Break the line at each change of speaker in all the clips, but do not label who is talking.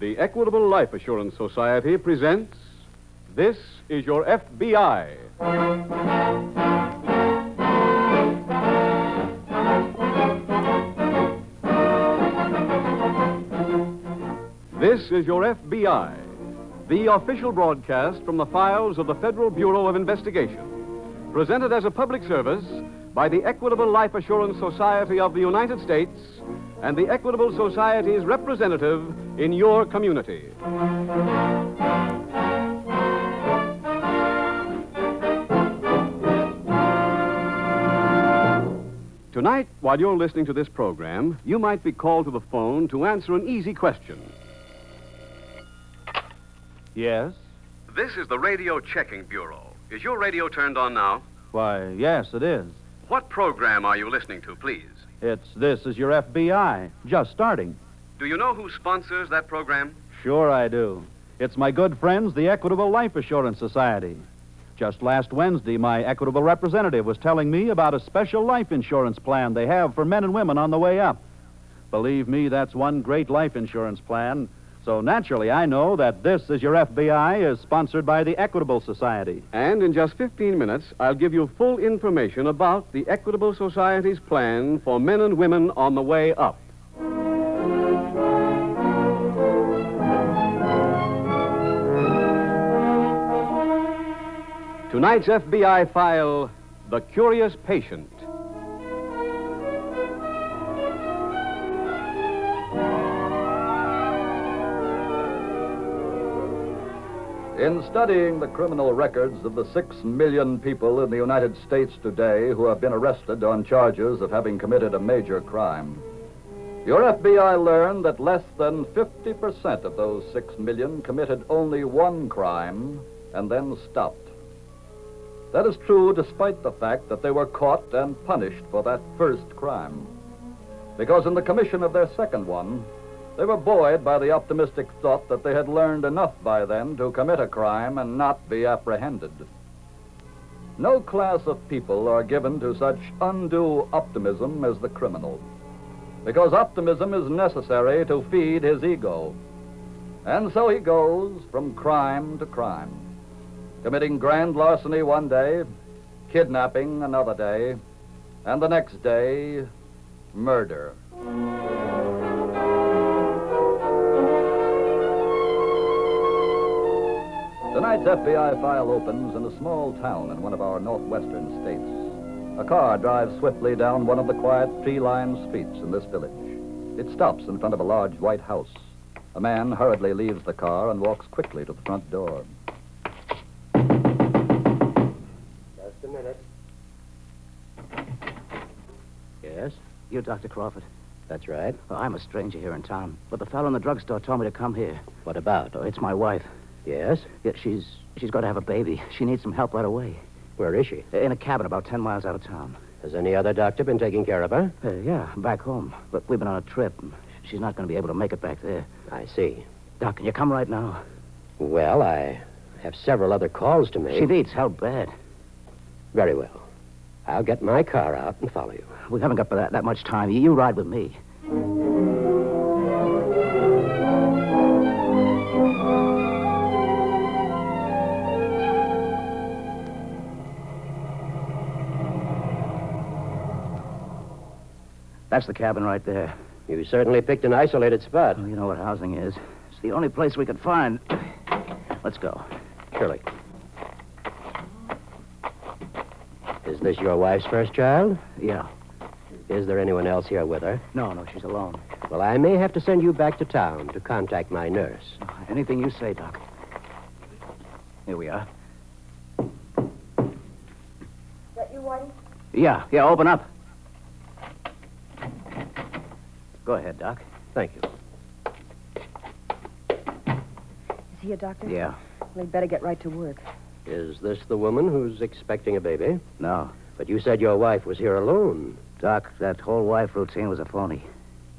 The Equitable Life Assurance Society presents This is Your FBI. This is Your FBI, the official broadcast from the files of the Federal Bureau of Investigation, presented as a public service by the Equitable Life Assurance Society of the United States and the Equitable Society's representative in your community. Tonight, while you're listening to this program, you might be called to the phone to answer an easy question.
Yes?
This is the Radio Checking Bureau. Is your radio turned on now?
Why, yes, it is.
What program are you listening to, please?
It's This Is Your FBI, just starting.
Do you know who sponsors that program?
Sure, I do. It's my good friends, the Equitable Life Assurance Society. Just last Wednesday, my Equitable representative was telling me about a special life insurance plan they have for men and women on the way up. Believe me, that's one great life insurance plan. So naturally, I know that This Is Your FBI is sponsored by the Equitable Society.
And in just 15 minutes, I'll give you full information about the Equitable Society's plan for men and women on the way up. Tonight's FBI file The Curious Patient.
In studying the criminal records of the six million people in the United States today who have been arrested on charges of having committed a major crime, your FBI learned that less than 50% of those six million committed only one crime and then stopped. That is true despite the fact that they were caught and punished for that first crime. Because in the commission of their second one, they were buoyed by the optimistic thought that they had learned enough by then to commit a crime and not be apprehended. No class of people are given to such undue optimism as the criminal, because optimism is necessary to feed his ego. And so he goes from crime to crime, committing grand larceny one day, kidnapping another day, and the next day, murder. Tonight's FBI file opens in a small town in one of our northwestern states. A car drives swiftly down one of the quiet tree lined streets in this village. It stops in front of a large white house. A man hurriedly leaves the car and walks quickly to the front door.
Just a minute.
Yes?
You, Dr. Crawford.
That's right.
Well, I'm a stranger here in town, but the fellow in the drugstore told me to come here.
What about?
Oh, it's my wife.
Yes?
Yeah, she's she's going to have a baby. She needs some help right away.
Where is she?
In a cabin about ten miles out of town.
Has any other doctor been taking care of her?
Uh, yeah, back home. But we've been on a trip. and She's not going to be able to make it back there.
I see.
Doc, can you come right now?
Well, I have several other calls to make.
She needs help bad.
Very well. I'll get my car out and follow you.
We haven't got that, that much time. You, you ride with me. That's the cabin right there.
You certainly picked an isolated spot.
Well, you know what housing is. It's the only place we could find. Let's go.
Surely. Is this your wife's first child?
Yeah.
Is there anyone else here with her?
No, no, she's alone.
Well, I may have to send you back to town to contact my nurse.
Anything you say, Doc. Here we are.
that you, Whitey?
Yeah, yeah, open up. Go ahead, Doc.
Thank you.
Is he a doctor?
Yeah.
Well, he'd better get right to work.
Is this the woman who's expecting a baby?
No.
But you said your wife was here alone.
Doc, that whole wife routine was a phony.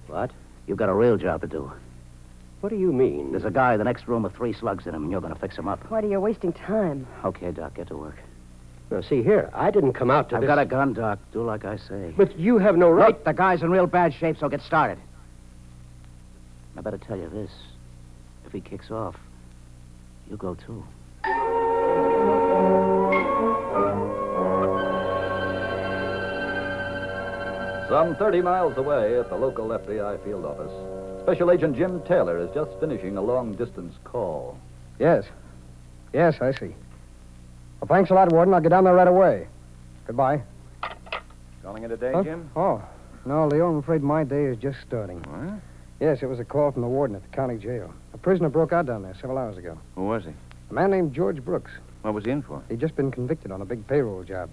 What?
You've got a real job to do.
What do you mean?
There's a guy in the next room with three slugs in him, and you're going to fix him up.
Whitey, you're wasting time.
Okay, Doc, get to work.
Now, see here, I didn't come out to.
I've
this-
got a gun, Doc. Do like I say.
But you have no right.
Look, the guy's in real bad shape, so get started. I better tell you this. If he kicks off, you go too.
Some 30 miles away at the local FBI field office, Special Agent Jim Taylor is just finishing a long distance call.
Yes. Yes, I see. Well, thanks a lot, Warden. I'll get down there right away. Goodbye.
Calling it a day,
Huh?
Jim?
Oh, no, Leo, I'm afraid my day is just starting.
What?
Yes, it was a call from the warden at the county jail. A prisoner broke out down there several hours ago.
Who was he?
A man named George Brooks.
What was he in for?
He'd just been convicted on a big payroll job.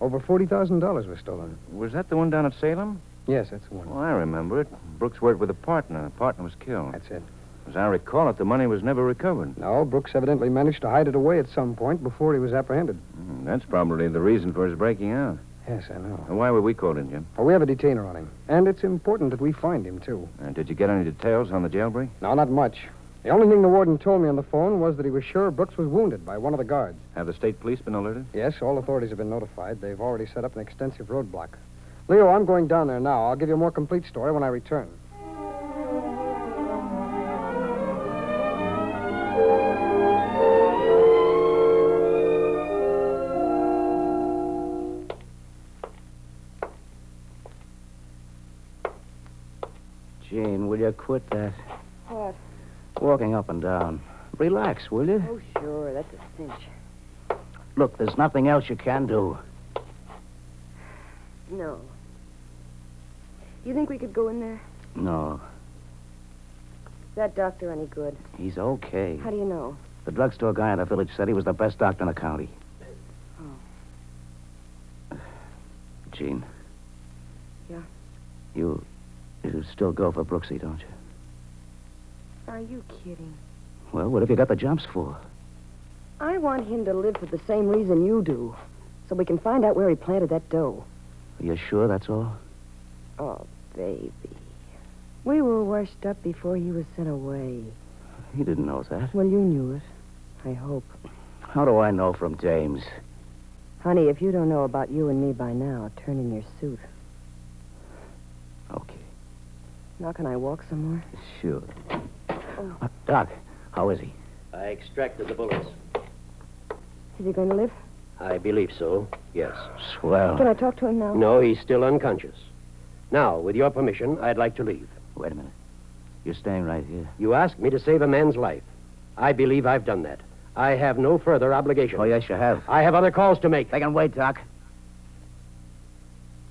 Over $40,000 was stolen.
Was that the one down at Salem?
Yes, that's the one.
Well, I remember it. Brooks worked with a partner. The partner was killed.
That's it.
As I recall it, the money was never recovered.
No, Brooks evidently managed to hide it away at some point before he was apprehended.
Hmm, that's probably the reason for his breaking out.
Yes, I know.
And why were we called in, Jim?
Well, we have a detainer on him. And it's important that we find him, too.
Uh, did you get any details on the jailbreak?
No, not much. The only thing the warden told me on the phone was that he was sure Brooks was wounded by one of the guards.
Have the state police been alerted?
Yes, all authorities have been notified. They've already set up an extensive roadblock. Leo, I'm going down there now. I'll give you a more complete story when I return.
Jane, will you quit that?
What?
Walking up and down. Relax, will you?
Oh, sure. That's a cinch.
Look, there's nothing else you can do.
No. You think we could go in there?
No,
Is that doctor any good?
he's okay.
How do you know?
The drugstore guy in the village said he was the best doctor in the county. Gene.
Oh. Yeah?
You. You still go for Brooksy, don't you?
Are you kidding?
Well, what have you got the jumps for?
I want him to live for the same reason you do, so we can find out where he planted that dough.
Are you sure that's all?
Oh, baby. We were washed up before he was sent away.
He didn't know that.
Well, you knew it. I hope.
How do I know from James?
Honey, if you don't know about you and me by now, turn in your suit.
Okay.
Now, can I walk some more?
Sure.
Oh.
Uh, Doc, how is he?
I extracted the bullets.
Is he going to live?
I believe so, yes.
Swell.
Can I talk to him now?
No, he's still unconscious. Now, with your permission, I'd like to leave.
Wait a minute. You're staying right here.
You asked me to save a man's life. I believe I've done that. I have no further obligation.
Oh, yes, you have.
I have other calls to make.
They can wait, Doc.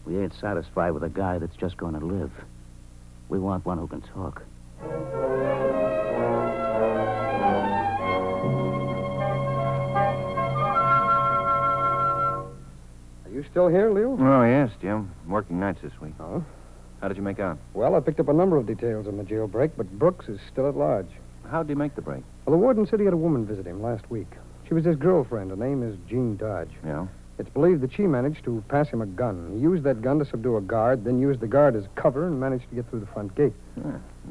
We ain't satisfied with a guy that's just going to live. We want one who can talk.
Are you still here, Leo?
Oh, yes, Jim. Working nights this week.
Oh?
How did you make out?
Well, I picked up a number of details on the jailbreak, but Brooks is still at large.
How'd you make the break?
Well, the warden said he had a woman visit him last week. She was his girlfriend. Her name is Jean Dodge.
Yeah.
It's believed that she managed to pass him a gun. He used that gun to subdue a guard, then used the guard as cover and managed to get through the front gate.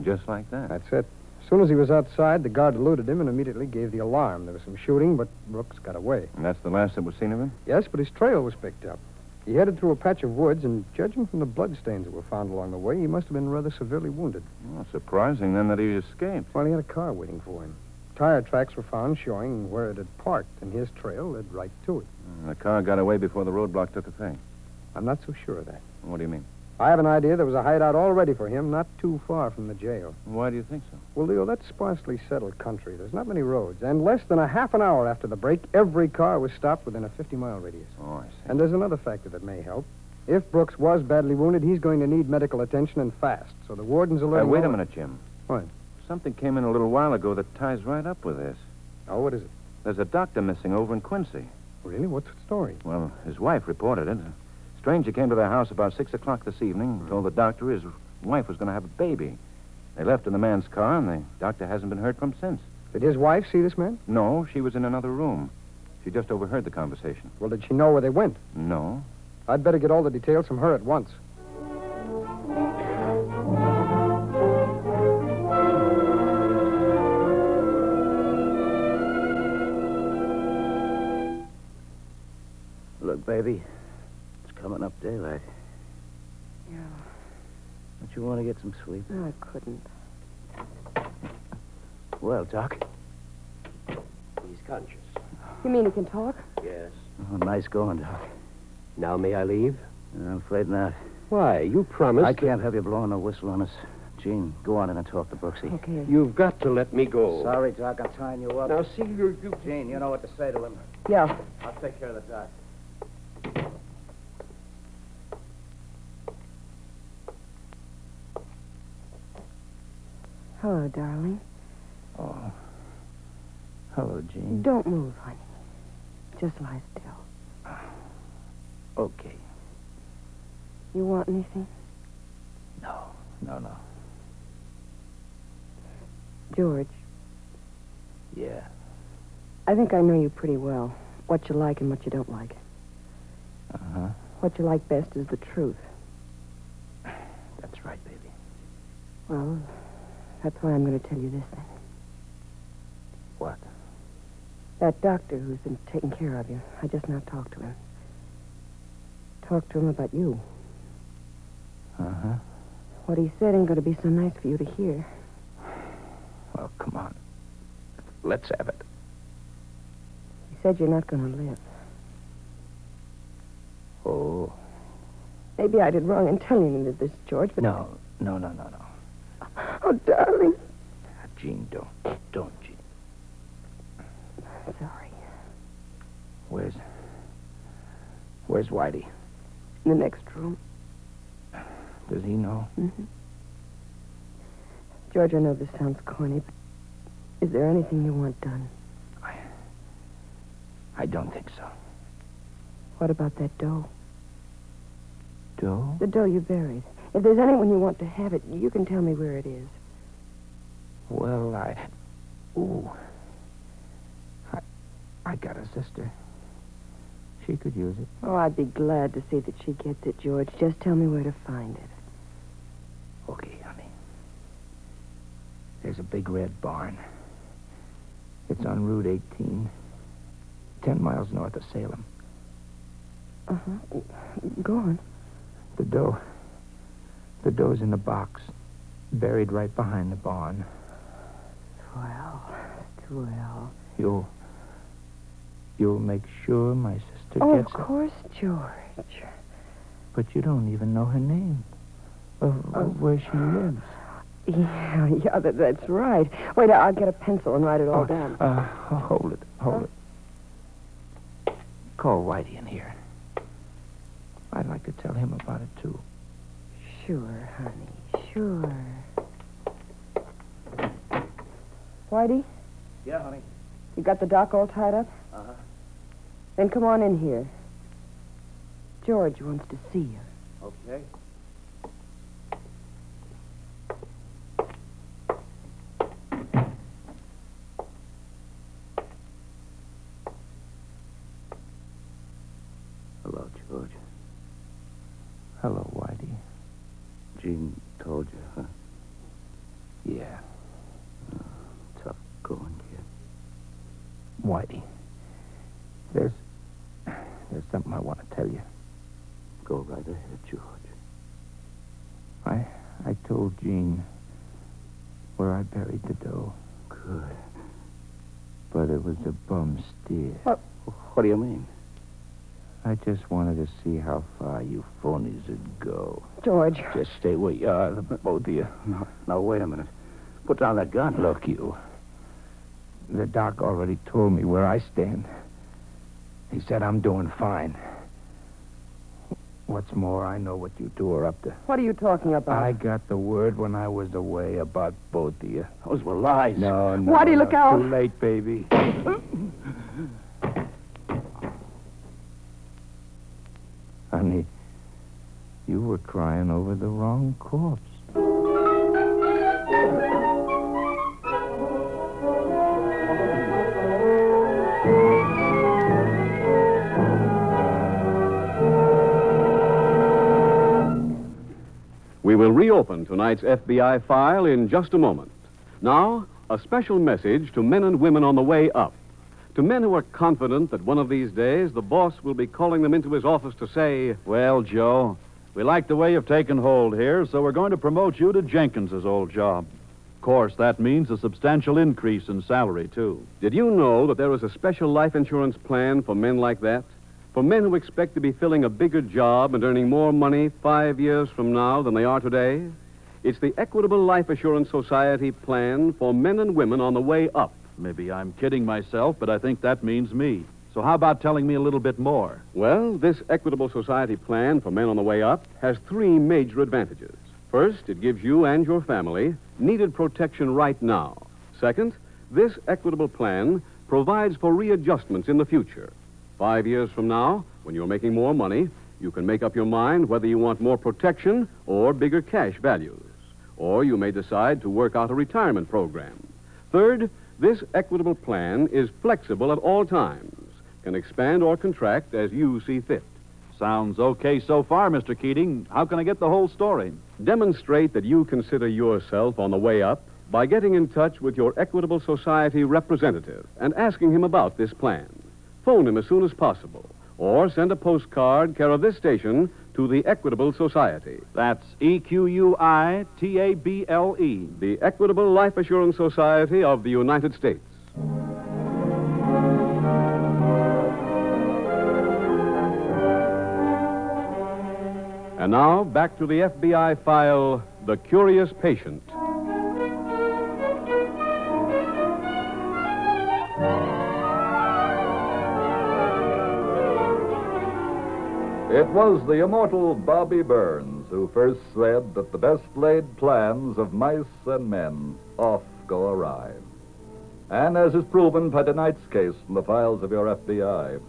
Just like that.
That's it. As soon as he was outside, the guard eluded him and immediately gave the alarm. There was some shooting, but Brooks got away.
And that's the last that was seen of him?
Yes, but his trail was picked up. He headed through a patch of woods, and judging from the bloodstains that were found along the way, he must have been rather severely wounded.
Well, surprising, then, that he escaped.
Well, he had a car waiting for him. Tire tracks were found showing where it had parked, and his trail led right to it.
And Uh, the car got away before the roadblock took effect.
I'm not so sure of that.
What do you mean?
I have an idea there was a hideout all ready for him, not too far from the jail.
Why do you think so?
Well, Leo, that's sparsely settled country. There's not many roads. And less than a half an hour after the break, every car was stopped within a 50 mile radius.
Oh, I see.
And there's another factor that may help. If Brooks was badly wounded, he's going to need medical attention and fast. So the warden's
Uh,
alert.
wait a minute, Jim.
What?
Something came in a little while ago that ties right up with this.
Oh, what is it?
There's a doctor missing over in Quincy.
Really? What's the story?
Well, his wife reported it. A stranger came to their house about 6 o'clock this evening and told the doctor his wife was going to have a baby. They left in the man's car, and the doctor hasn't been heard from since.
Did his wife see this man?
No, she was in another room. She just overheard the conversation.
Well, did she know where they went?
No.
I'd better get all the details from her at once.
Look, baby, it's coming up daylight.
Yeah.
Don't you want to get some sleep?
No, I couldn't.
Well, Doc.
He's conscious.
You mean he can talk?
Yes.
Oh, nice going, Doc.
Now may I leave?
I'm afraid not.
Why? You promised.
I can't have you blowing a whistle on us. Gene, go on in and talk to Brooksy.
Okay.
You've got to let me go.
Sorry, Doc. I'm tying you up.
Now see you. you...
Gene, you know what to say to him.
Yeah.
I'll take care of the doc.
Hello, darling.
Oh. Hello, Gene.
Don't move, honey. Just lie still.
Okay.
You want anything?
No, no, no.
George,
Yeah.
I think I know you pretty well. What you like and what you don't like.
Uh huh.
What you like best is the truth.
That's right, baby.
Well, that's why I'm going to tell you this then.
What?
That doctor who's been taking care of you, I just now talked to him. Talked to him about you.
Uh huh.
What he said ain't going to be so nice for you to hear.
Well, come on. Let's have it.
He said you're not going to live.
Oh.
Maybe I did wrong in telling you this, George, but...
No, no, no, no, no.
Oh, darling.
Ah, Gene, don't. Don't, Gene.
Sorry.
Where's. Where's Whitey?
In the next room.
Does he know?
Mm-hmm. George, I know this sounds corny, but is there anything you want done?
I don't think so.
What about that dough?
Do?
The dough you buried. If there's anyone you want to have it, you can tell me where it is.
Well, I. Ooh. I. I got a sister. She could use it.
Oh, I'd be glad to see that she gets it, George. Just tell me where to find it.
Okay, honey. There's a big red barn. It's on Route 18, 10 miles north of Salem.
Uh-huh. Go on.
The dough. The dough's in the box, buried right behind the barn.
Well, well.
You'll. You'll make sure my sister
Oh, of
gets it.
course, George.
But you don't even know her name. Or, or where she lives.
Yeah, yeah, that, that's right. Wait, I'll get a pencil and write it all
Oh,
down.
Uh, ho- hold it, hold it. Call Whitey in here. I'd like to tell him about it too.
Sure, honey, sure. Whitey,
Yeah, honey.
you got the doc all tied up?
Uh-huh.
Then come on in here. George wants to see you.
Okay.
Hello, George.
Hello, Whitey.
Gene told you, huh?
Yeah,
Tough going, kid.
Whitey. There's there's something I want to tell you.
Go right ahead, George.
I I told Jean where I buried the dough,
Good.
but it was a bum steer.
What do you mean?
I just wanted to see how far you phonies would go.
George,
Just stay where you are, the both of you.
No, now, wait a minute. Put down that gun.
Look, you. The doc already told me where I stand. He said I'm doing fine. What's more, I know what you two are up to.
what are you talking about?
I got the word when I was away about both of you.
Those were lies.
No, no.
Whitey,
no.
look out.
Too late, baby. Honey, you were crying over the wrong corpse.
We will reopen tonight's FBI file in just a moment. Now, a special message to men and women on the way up. To men who are confident that one of these days the boss will be calling them into his office to say,
Well, Joe, we like the way you've taken hold here, so we're going to promote you to Jenkins's old job.
course, that means a substantial increase in salary, too.
Did you know that there is a special life insurance plan for men like that? For men who expect to be filling a bigger job and earning more money five years from now than they are today? It's the Equitable Life Assurance Society plan for men and women on the way up.
Maybe I'm kidding myself, but I think that means me. So how about telling me a little bit more?
Well, this Equitable Society plan for men on the way up has three major advantages. First, it gives you and your family needed protection right now. Second, this equitable plan provides for readjustments in the future. Five years from now, when you're making more money, you can make up your mind whether you want more protection or bigger cash values. Or you may decide to work out a retirement program. Third, this equitable plan is flexible at all times, can expand or contract as you see fit.
Sounds okay so far, Mr. Keating. How can I get the whole story?
Demonstrate that you consider yourself on the way up by getting in touch with your Equitable Society representative and asking him about this plan. Phone him as soon as possible or send a postcard care of this station to the Equitable Society.
That's E Q U I T A B L E.
The Equitable Life Assurance Society of the United States. And now, back to the FBI file The Curious Patient.
It was the immortal Bobby Burns who first said that the best laid plans of mice and men oft go awry. And as is proven by tonight's case in the files of your FBI,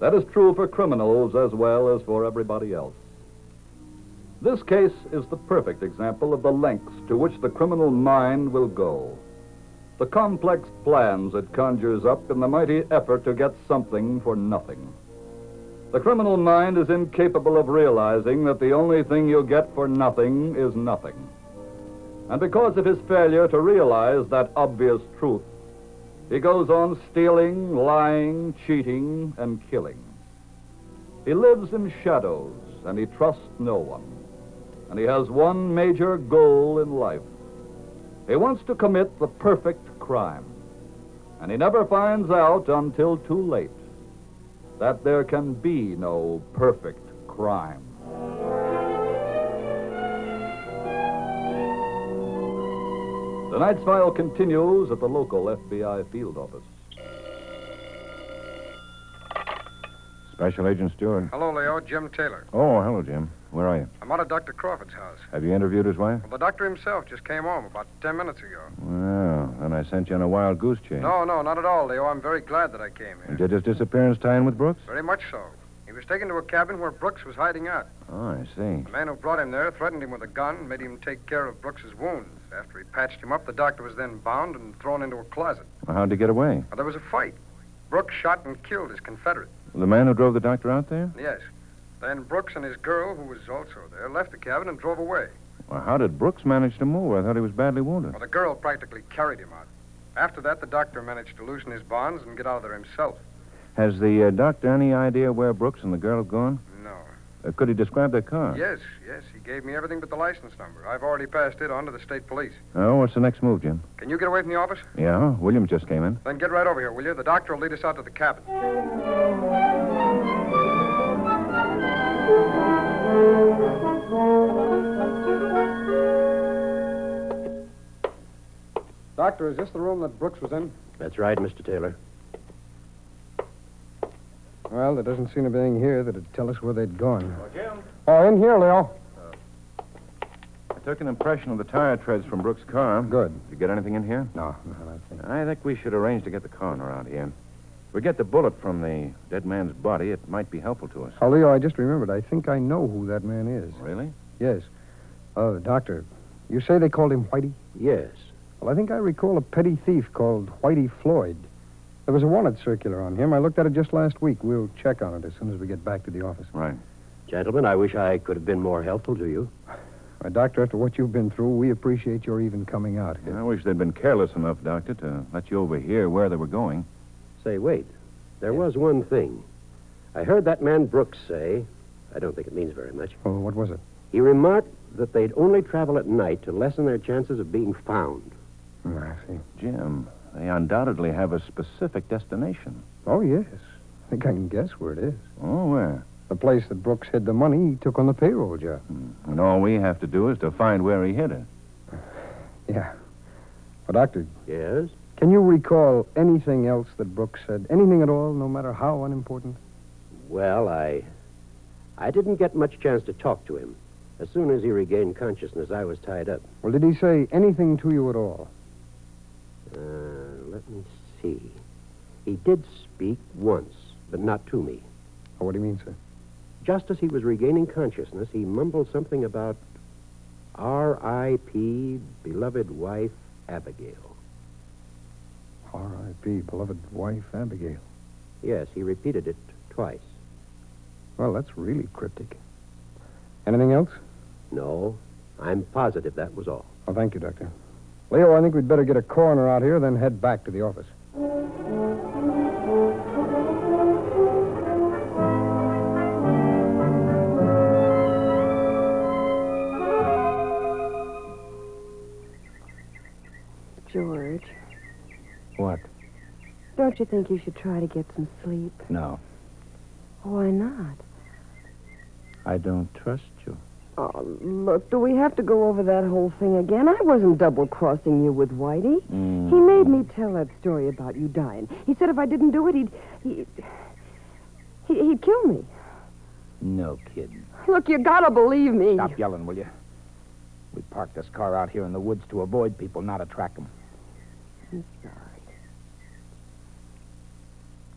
that is true for criminals as well as for everybody else. This case is the perfect example of the lengths to which the criminal mind will go. The complex plans it conjures up in the mighty effort to get something for nothing. The criminal mind is incapable of realizing that the only thing you get for nothing is nothing. And because of his failure to realize that obvious truth, he goes on stealing, lying, cheating, and killing. He lives in shadows and he trusts no one. And he has one major goal in life. He wants to commit the perfect crime. And he never finds out until too late that there can be no perfect crime. Tonight's file continues at the local FBI field office.
Special Agent Stewart.
Hello, Leo. Jim Taylor.
Oh, hello, Jim. Where are you?
I'm out of Dr. Crawford's house.
Have you interviewed his wife?
Well, the doctor himself just came home about ten minutes ago.
Well, then I sent you on a wild goose chase.
No, no, not at all, Leo. I'm very glad that I came here.
Did his disappearance tie in with Brooks?
Very much so. He was taken to a cabin where Brooks was hiding out.
Oh, I see.
The man who brought him there threatened him with a gun, made him take care of Brooks's wounds. After he patched him up, the doctor was then bound and thrown into a closet.
Well, how'd he get away?
Well, there was a fight. Brooks shot and killed his confederate.
The man who drove the doctor out there?
Yes. Then Brooks and his girl, who was also there, left the cabin and drove away.
Well, how did Brooks manage to move? I thought he was badly wounded.
Well, the girl practically carried him out. After that, the doctor managed to loosen his bonds and get out of there himself.
Has the uh, doctor any idea where Brooks and the girl have gone?
No.
Uh, could he describe their car?
Yes, yes. He gave me everything but the license number. I've already passed it on to the state police.
Oh, what's the next move, Jim?
Can you get away from the office?
Yeah, Williams just came in.
Then get right over here, will you? The doctor will lead us out to the cabin.
Doctor, is this the room that Brooks was in?
That's right, Mr. Taylor.
Well, there doesn't seem to be anything here that'd tell us where they'd gone.
Jim,
Oh, in here, Leo.
Uh, I took an impression of the tire treads from Brooks' car.
Good.
Did you get anything in here?
No, no, I don't think.
I think we should arrange to get the coroner out here. If we get the bullet from the dead man's body, it might be helpful to us.
Oh, Leo, I just remembered. I think I know who that man is.
Really?
Yes. Oh, doctor, you say they called him Whitey?
Yes.
Well, I think I recall a petty thief called Whitey Floyd. There was a wanted circular on him. I looked at it just last week. We'll check on it as soon as we get back to the office.
Right.
Gentlemen, I wish I could have been more helpful to you.
Uh, doctor, after what you've been through, we appreciate your even coming out here.
I wish they'd been careless enough, Doctor, to let you overhear where they were going.
Say, wait. There was one thing. I heard that man Brooks say, I don't think it means very much,
Oh, what was it?
he remarked that they'd only travel at night to lessen their chances of being found.
I see.
Jim, they undoubtedly have a specific destination.
Oh, yes. I think I can guess where it is.
Oh, where?
The place that Brooks hid the money he took on the payroll job.
And all we have to do is to find where he hid it.
Yeah. Well, Doctor,
Yes?
can you recall anything else that Brooks said? Anything at all, no matter how unimportant?
Well, I. I didn't get much chance to talk to him. As soon as he regained consciousness, I was tied up.
Well, did he say anything to you at all?
Uh, let me see. He did speak once, but not to me.
Oh, what do you mean, sir?
Just as he was regaining consciousness, he mumbled something about R.I.P., beloved wife, Abigail.
R.I.P., beloved wife, Abigail.
Yes, he repeated it twice.
Well, that's really cryptic. Anything else?
No, I'm positive that was all.
Oh, thank you, Doctor. Leo, I think we'd better get a coroner out here, then head back to the office.
George,
What?
don't you think you should try to get some sleep?
No.
Why not?
I don't trust you.
Oh, look, do we have to go over that whole thing again? I wasn't double crossing you with Whitey.
Mm.
He made me tell that story about you dying. He said if I didn't do it, he'd. He, he, he'd kill me.
No, kid.
Look, you gotta believe me.
Stop yelling, will you? We parked this car out here in the woods to avoid people, not attract them.
I'm sorry.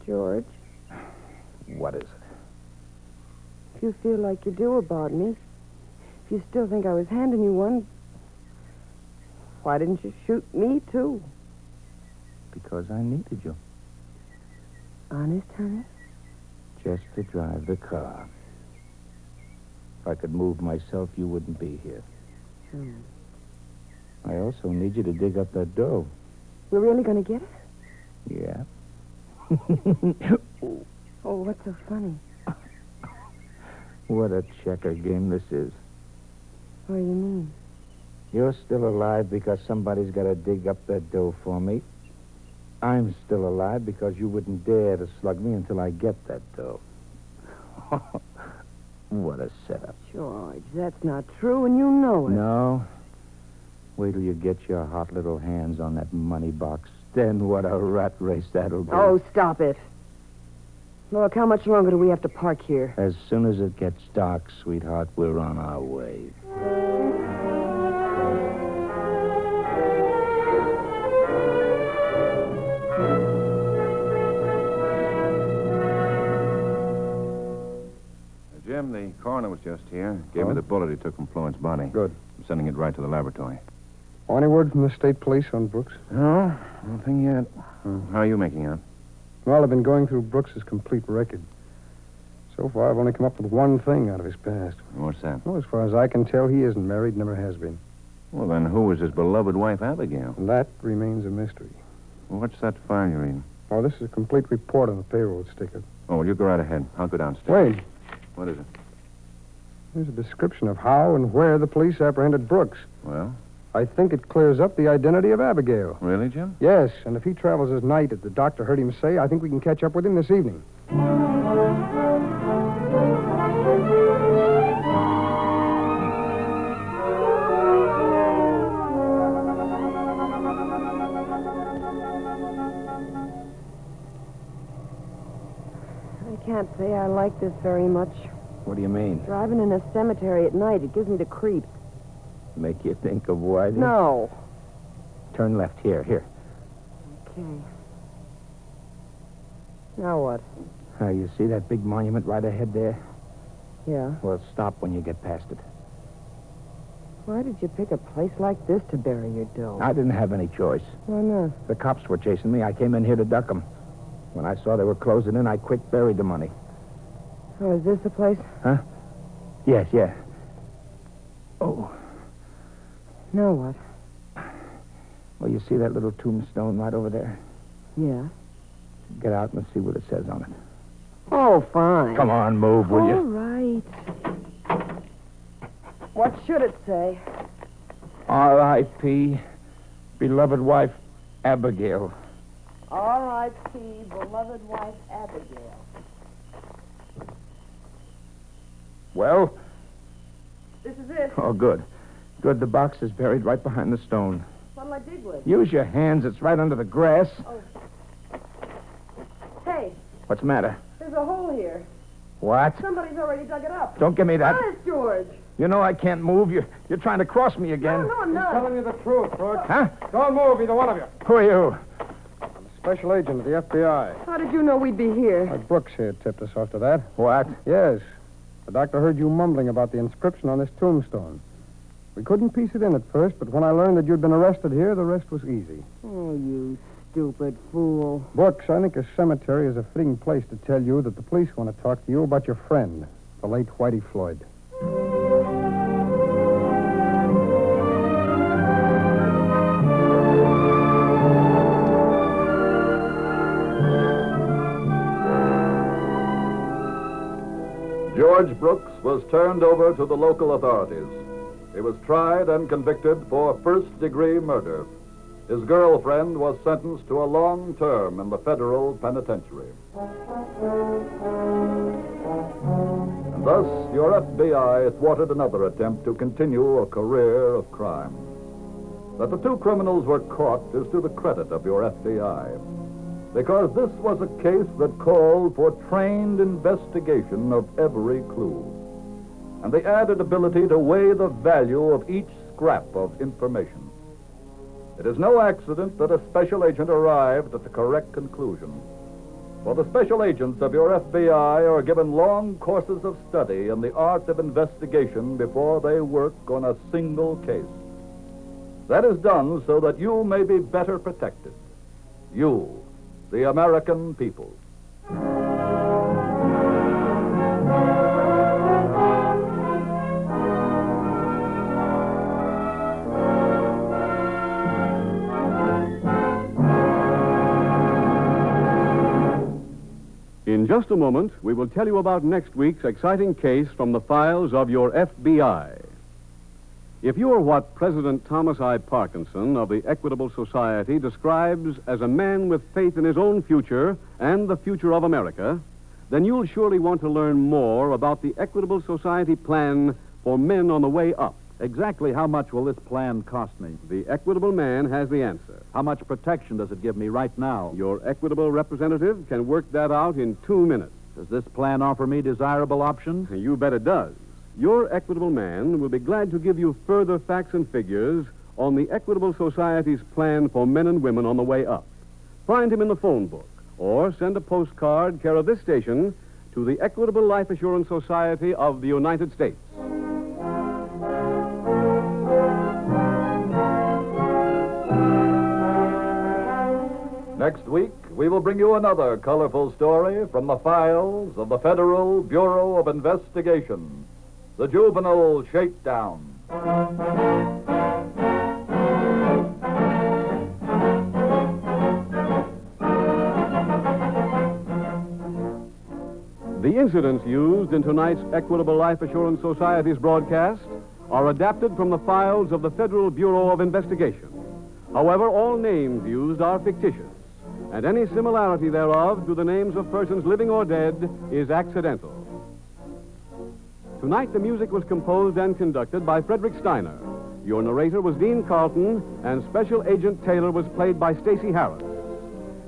George,
What is it?
if you feel like you do about me, if you still think I was handing you one, why didn't you shoot me, too?
Because I needed you.
Honest, honey?
Just to drive the car. If I could move myself, you wouldn't be here.
Hmm.
I also need you to dig up that dough.
We're really gonna get it?
Yeah.
Oh, what's so funny?
what a checker game this is.
What do you mean?
You're still alive because somebody's got to dig up that dough for me. I'm still alive because you wouldn't dare to slug me until I get that dough. what a setup.
George, that's not true, and you know it.
No. Wait till you get your hot little hands on that money box. Then what a rat race that'll be.
Oh, stop it. Look, how much longer do we have to park here?
As soon as it gets dark, sweetheart, we're on our way.
Uh, Jim, the coroner was just here. Gave
Huh?
me the bullet he took from Floyd's body.
Good.
I'm sending it right to the laboratory.
Oh, any word from the state police on Brooks?
No, nothing yet. How are you making out?
Well, I've been going through Brooks's complete record. So far, I've only come up with one thing out of his past.
What's that?
Well, as far as I can tell, he isn't married, never has been.
Well, then, who was his beloved wife, Abigail?
And that remains a mystery.
What's that file you're reading?
Oh, this is a complete report on the payroll sticker.
Oh, well, you go right ahead. I'll go downstairs.
Wait,
What is it?
there's a description of how and where the police apprehended Brooks.
Well,
I think it clears up the identity of Abigail.
really, Jim?
Yes, and if he travels as night, as the doctor heard him say, I think we can catch up with him this evening.
I can't say I like this very much.
What do you mean?
Driving in a cemetery at night, it gives me the creeps.
Make you think of Whitey?
No.
Turn left here, here.
Okay. Hmm. Now what?
Now, Uh, you see that big monument right ahead there?
Yeah.
Well, stop when you get past it.
Why did you pick a place like this to bury your dough? Oh,
I didn't have any choice.
Why not?
The cops were chasing me. I came in here to duck 'em. When I saw they were closing in, I quick buried the money.
Oh, is this the place?
Yes, yes. Oh,
Now what?
well, you see that little tombstone right over there?
Yeah.
Get out and see what it says on it.
Oh, fine.
Come on, move, will
All
you?
right. What should it say?
R.I.P. beloved wife, Abigail.
R.I.P. beloved wife Abigail.
Well?
This is it.
Oh, good. Good. The box is buried right behind the stone.
What'll I dig with?
Use your hands. It's right under the grass.
Oh. Hey,
What's the matter?
there's a hole here.
What?
Somebody's already dug it up.
Don't give me that.
Honest, George.
You know I can't move. You're, you're trying to cross me again.
No, I'm not.
telling you the truth, George.
Huh?
Don't move, either one of you.
Who are you?
Special agent of the FBI.
How did you know we'd be here?
Uh, Brooks here tipped us off to that.
What?
Yes. The doctor heard you mumbling about the inscription on this tombstone. We couldn't piece it in at first, but when I learned that you'd been arrested here, the rest was easy.
Oh, you stupid fool.
Brooks, I think a cemetery is a fitting place to tell you that the police want to talk to you about your friend, the late Whitey Floyd.
George Brooks was turned over to the local authorities. He was tried and convicted for first degree murder. His girlfriend was sentenced to a long term in the federal penitentiary. And thus, your FBI thwarted another attempt to continue a career of crime. That the two criminals were caught is to the credit of your FBI because this was a case that called for trained investigation of every clue and the added ability to weigh the value of each scrap of information. It is no accident that a special agent arrived at the correct conclusion. For the special agents of your FBI are given long courses of study in the art of investigation before they work on a single case. That is done so that you may be better protected. You, the American people.
In just a moment, we will tell you about next week's exciting case from the files of your FBI. If you are what President Thomas I. Parkinson of the Equitable Society describes as a man with faith in his own future and the future of America, then you'll surely want to learn more about the Equitable Society plan for men on the way up.
Exactly how much will this plan cost me?
The Equitable Man has the answer.
How much protection does it give me right now?
Your Equitable representative can work that out in two minutes.
Does this plan offer me desirable options?
You bet it does. Your Equitable Man will be glad to give you further facts and figures on the Equitable Society's plan for men and women on the way up. Find him in the phone book or send a postcard care of this station to the Equitable Life Assurance Society of the United States.
Next week, we will bring you another colorful story from the files of the Federal Bureau of Investigation The Juvenile Shakedown.
The incidents used in tonight's Equitable Life Assurance Society's broadcast are adapted from the files of the Federal Bureau of Investigation. However, all names used are fictitious, and any similarity thereof to the names of persons living or dead is accidental. Tonight, the music was composed and conducted by Frederick Steiner. Your narrator was Dean Carlton, and Special Agent Taylor was played by Stacey Harris.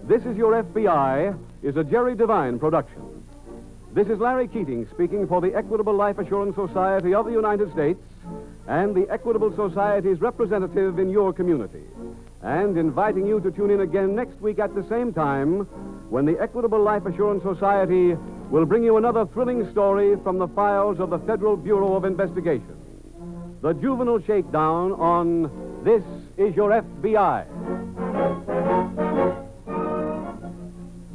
This is Your FBI is a Jerry Devine production. This is Larry Keating speaking for the Equitable Life Assurance Society of the United States and the Equitable Society's representative in your community, and inviting you to tune in again next week at the same time when the Equitable Life Assurance Society will bring you another thrilling story from the files of the Federal Bureau of Investigation. The Juvenile Shakedown on This Is Your FBI.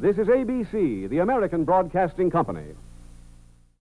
This is ABC, the American Broadcasting Company.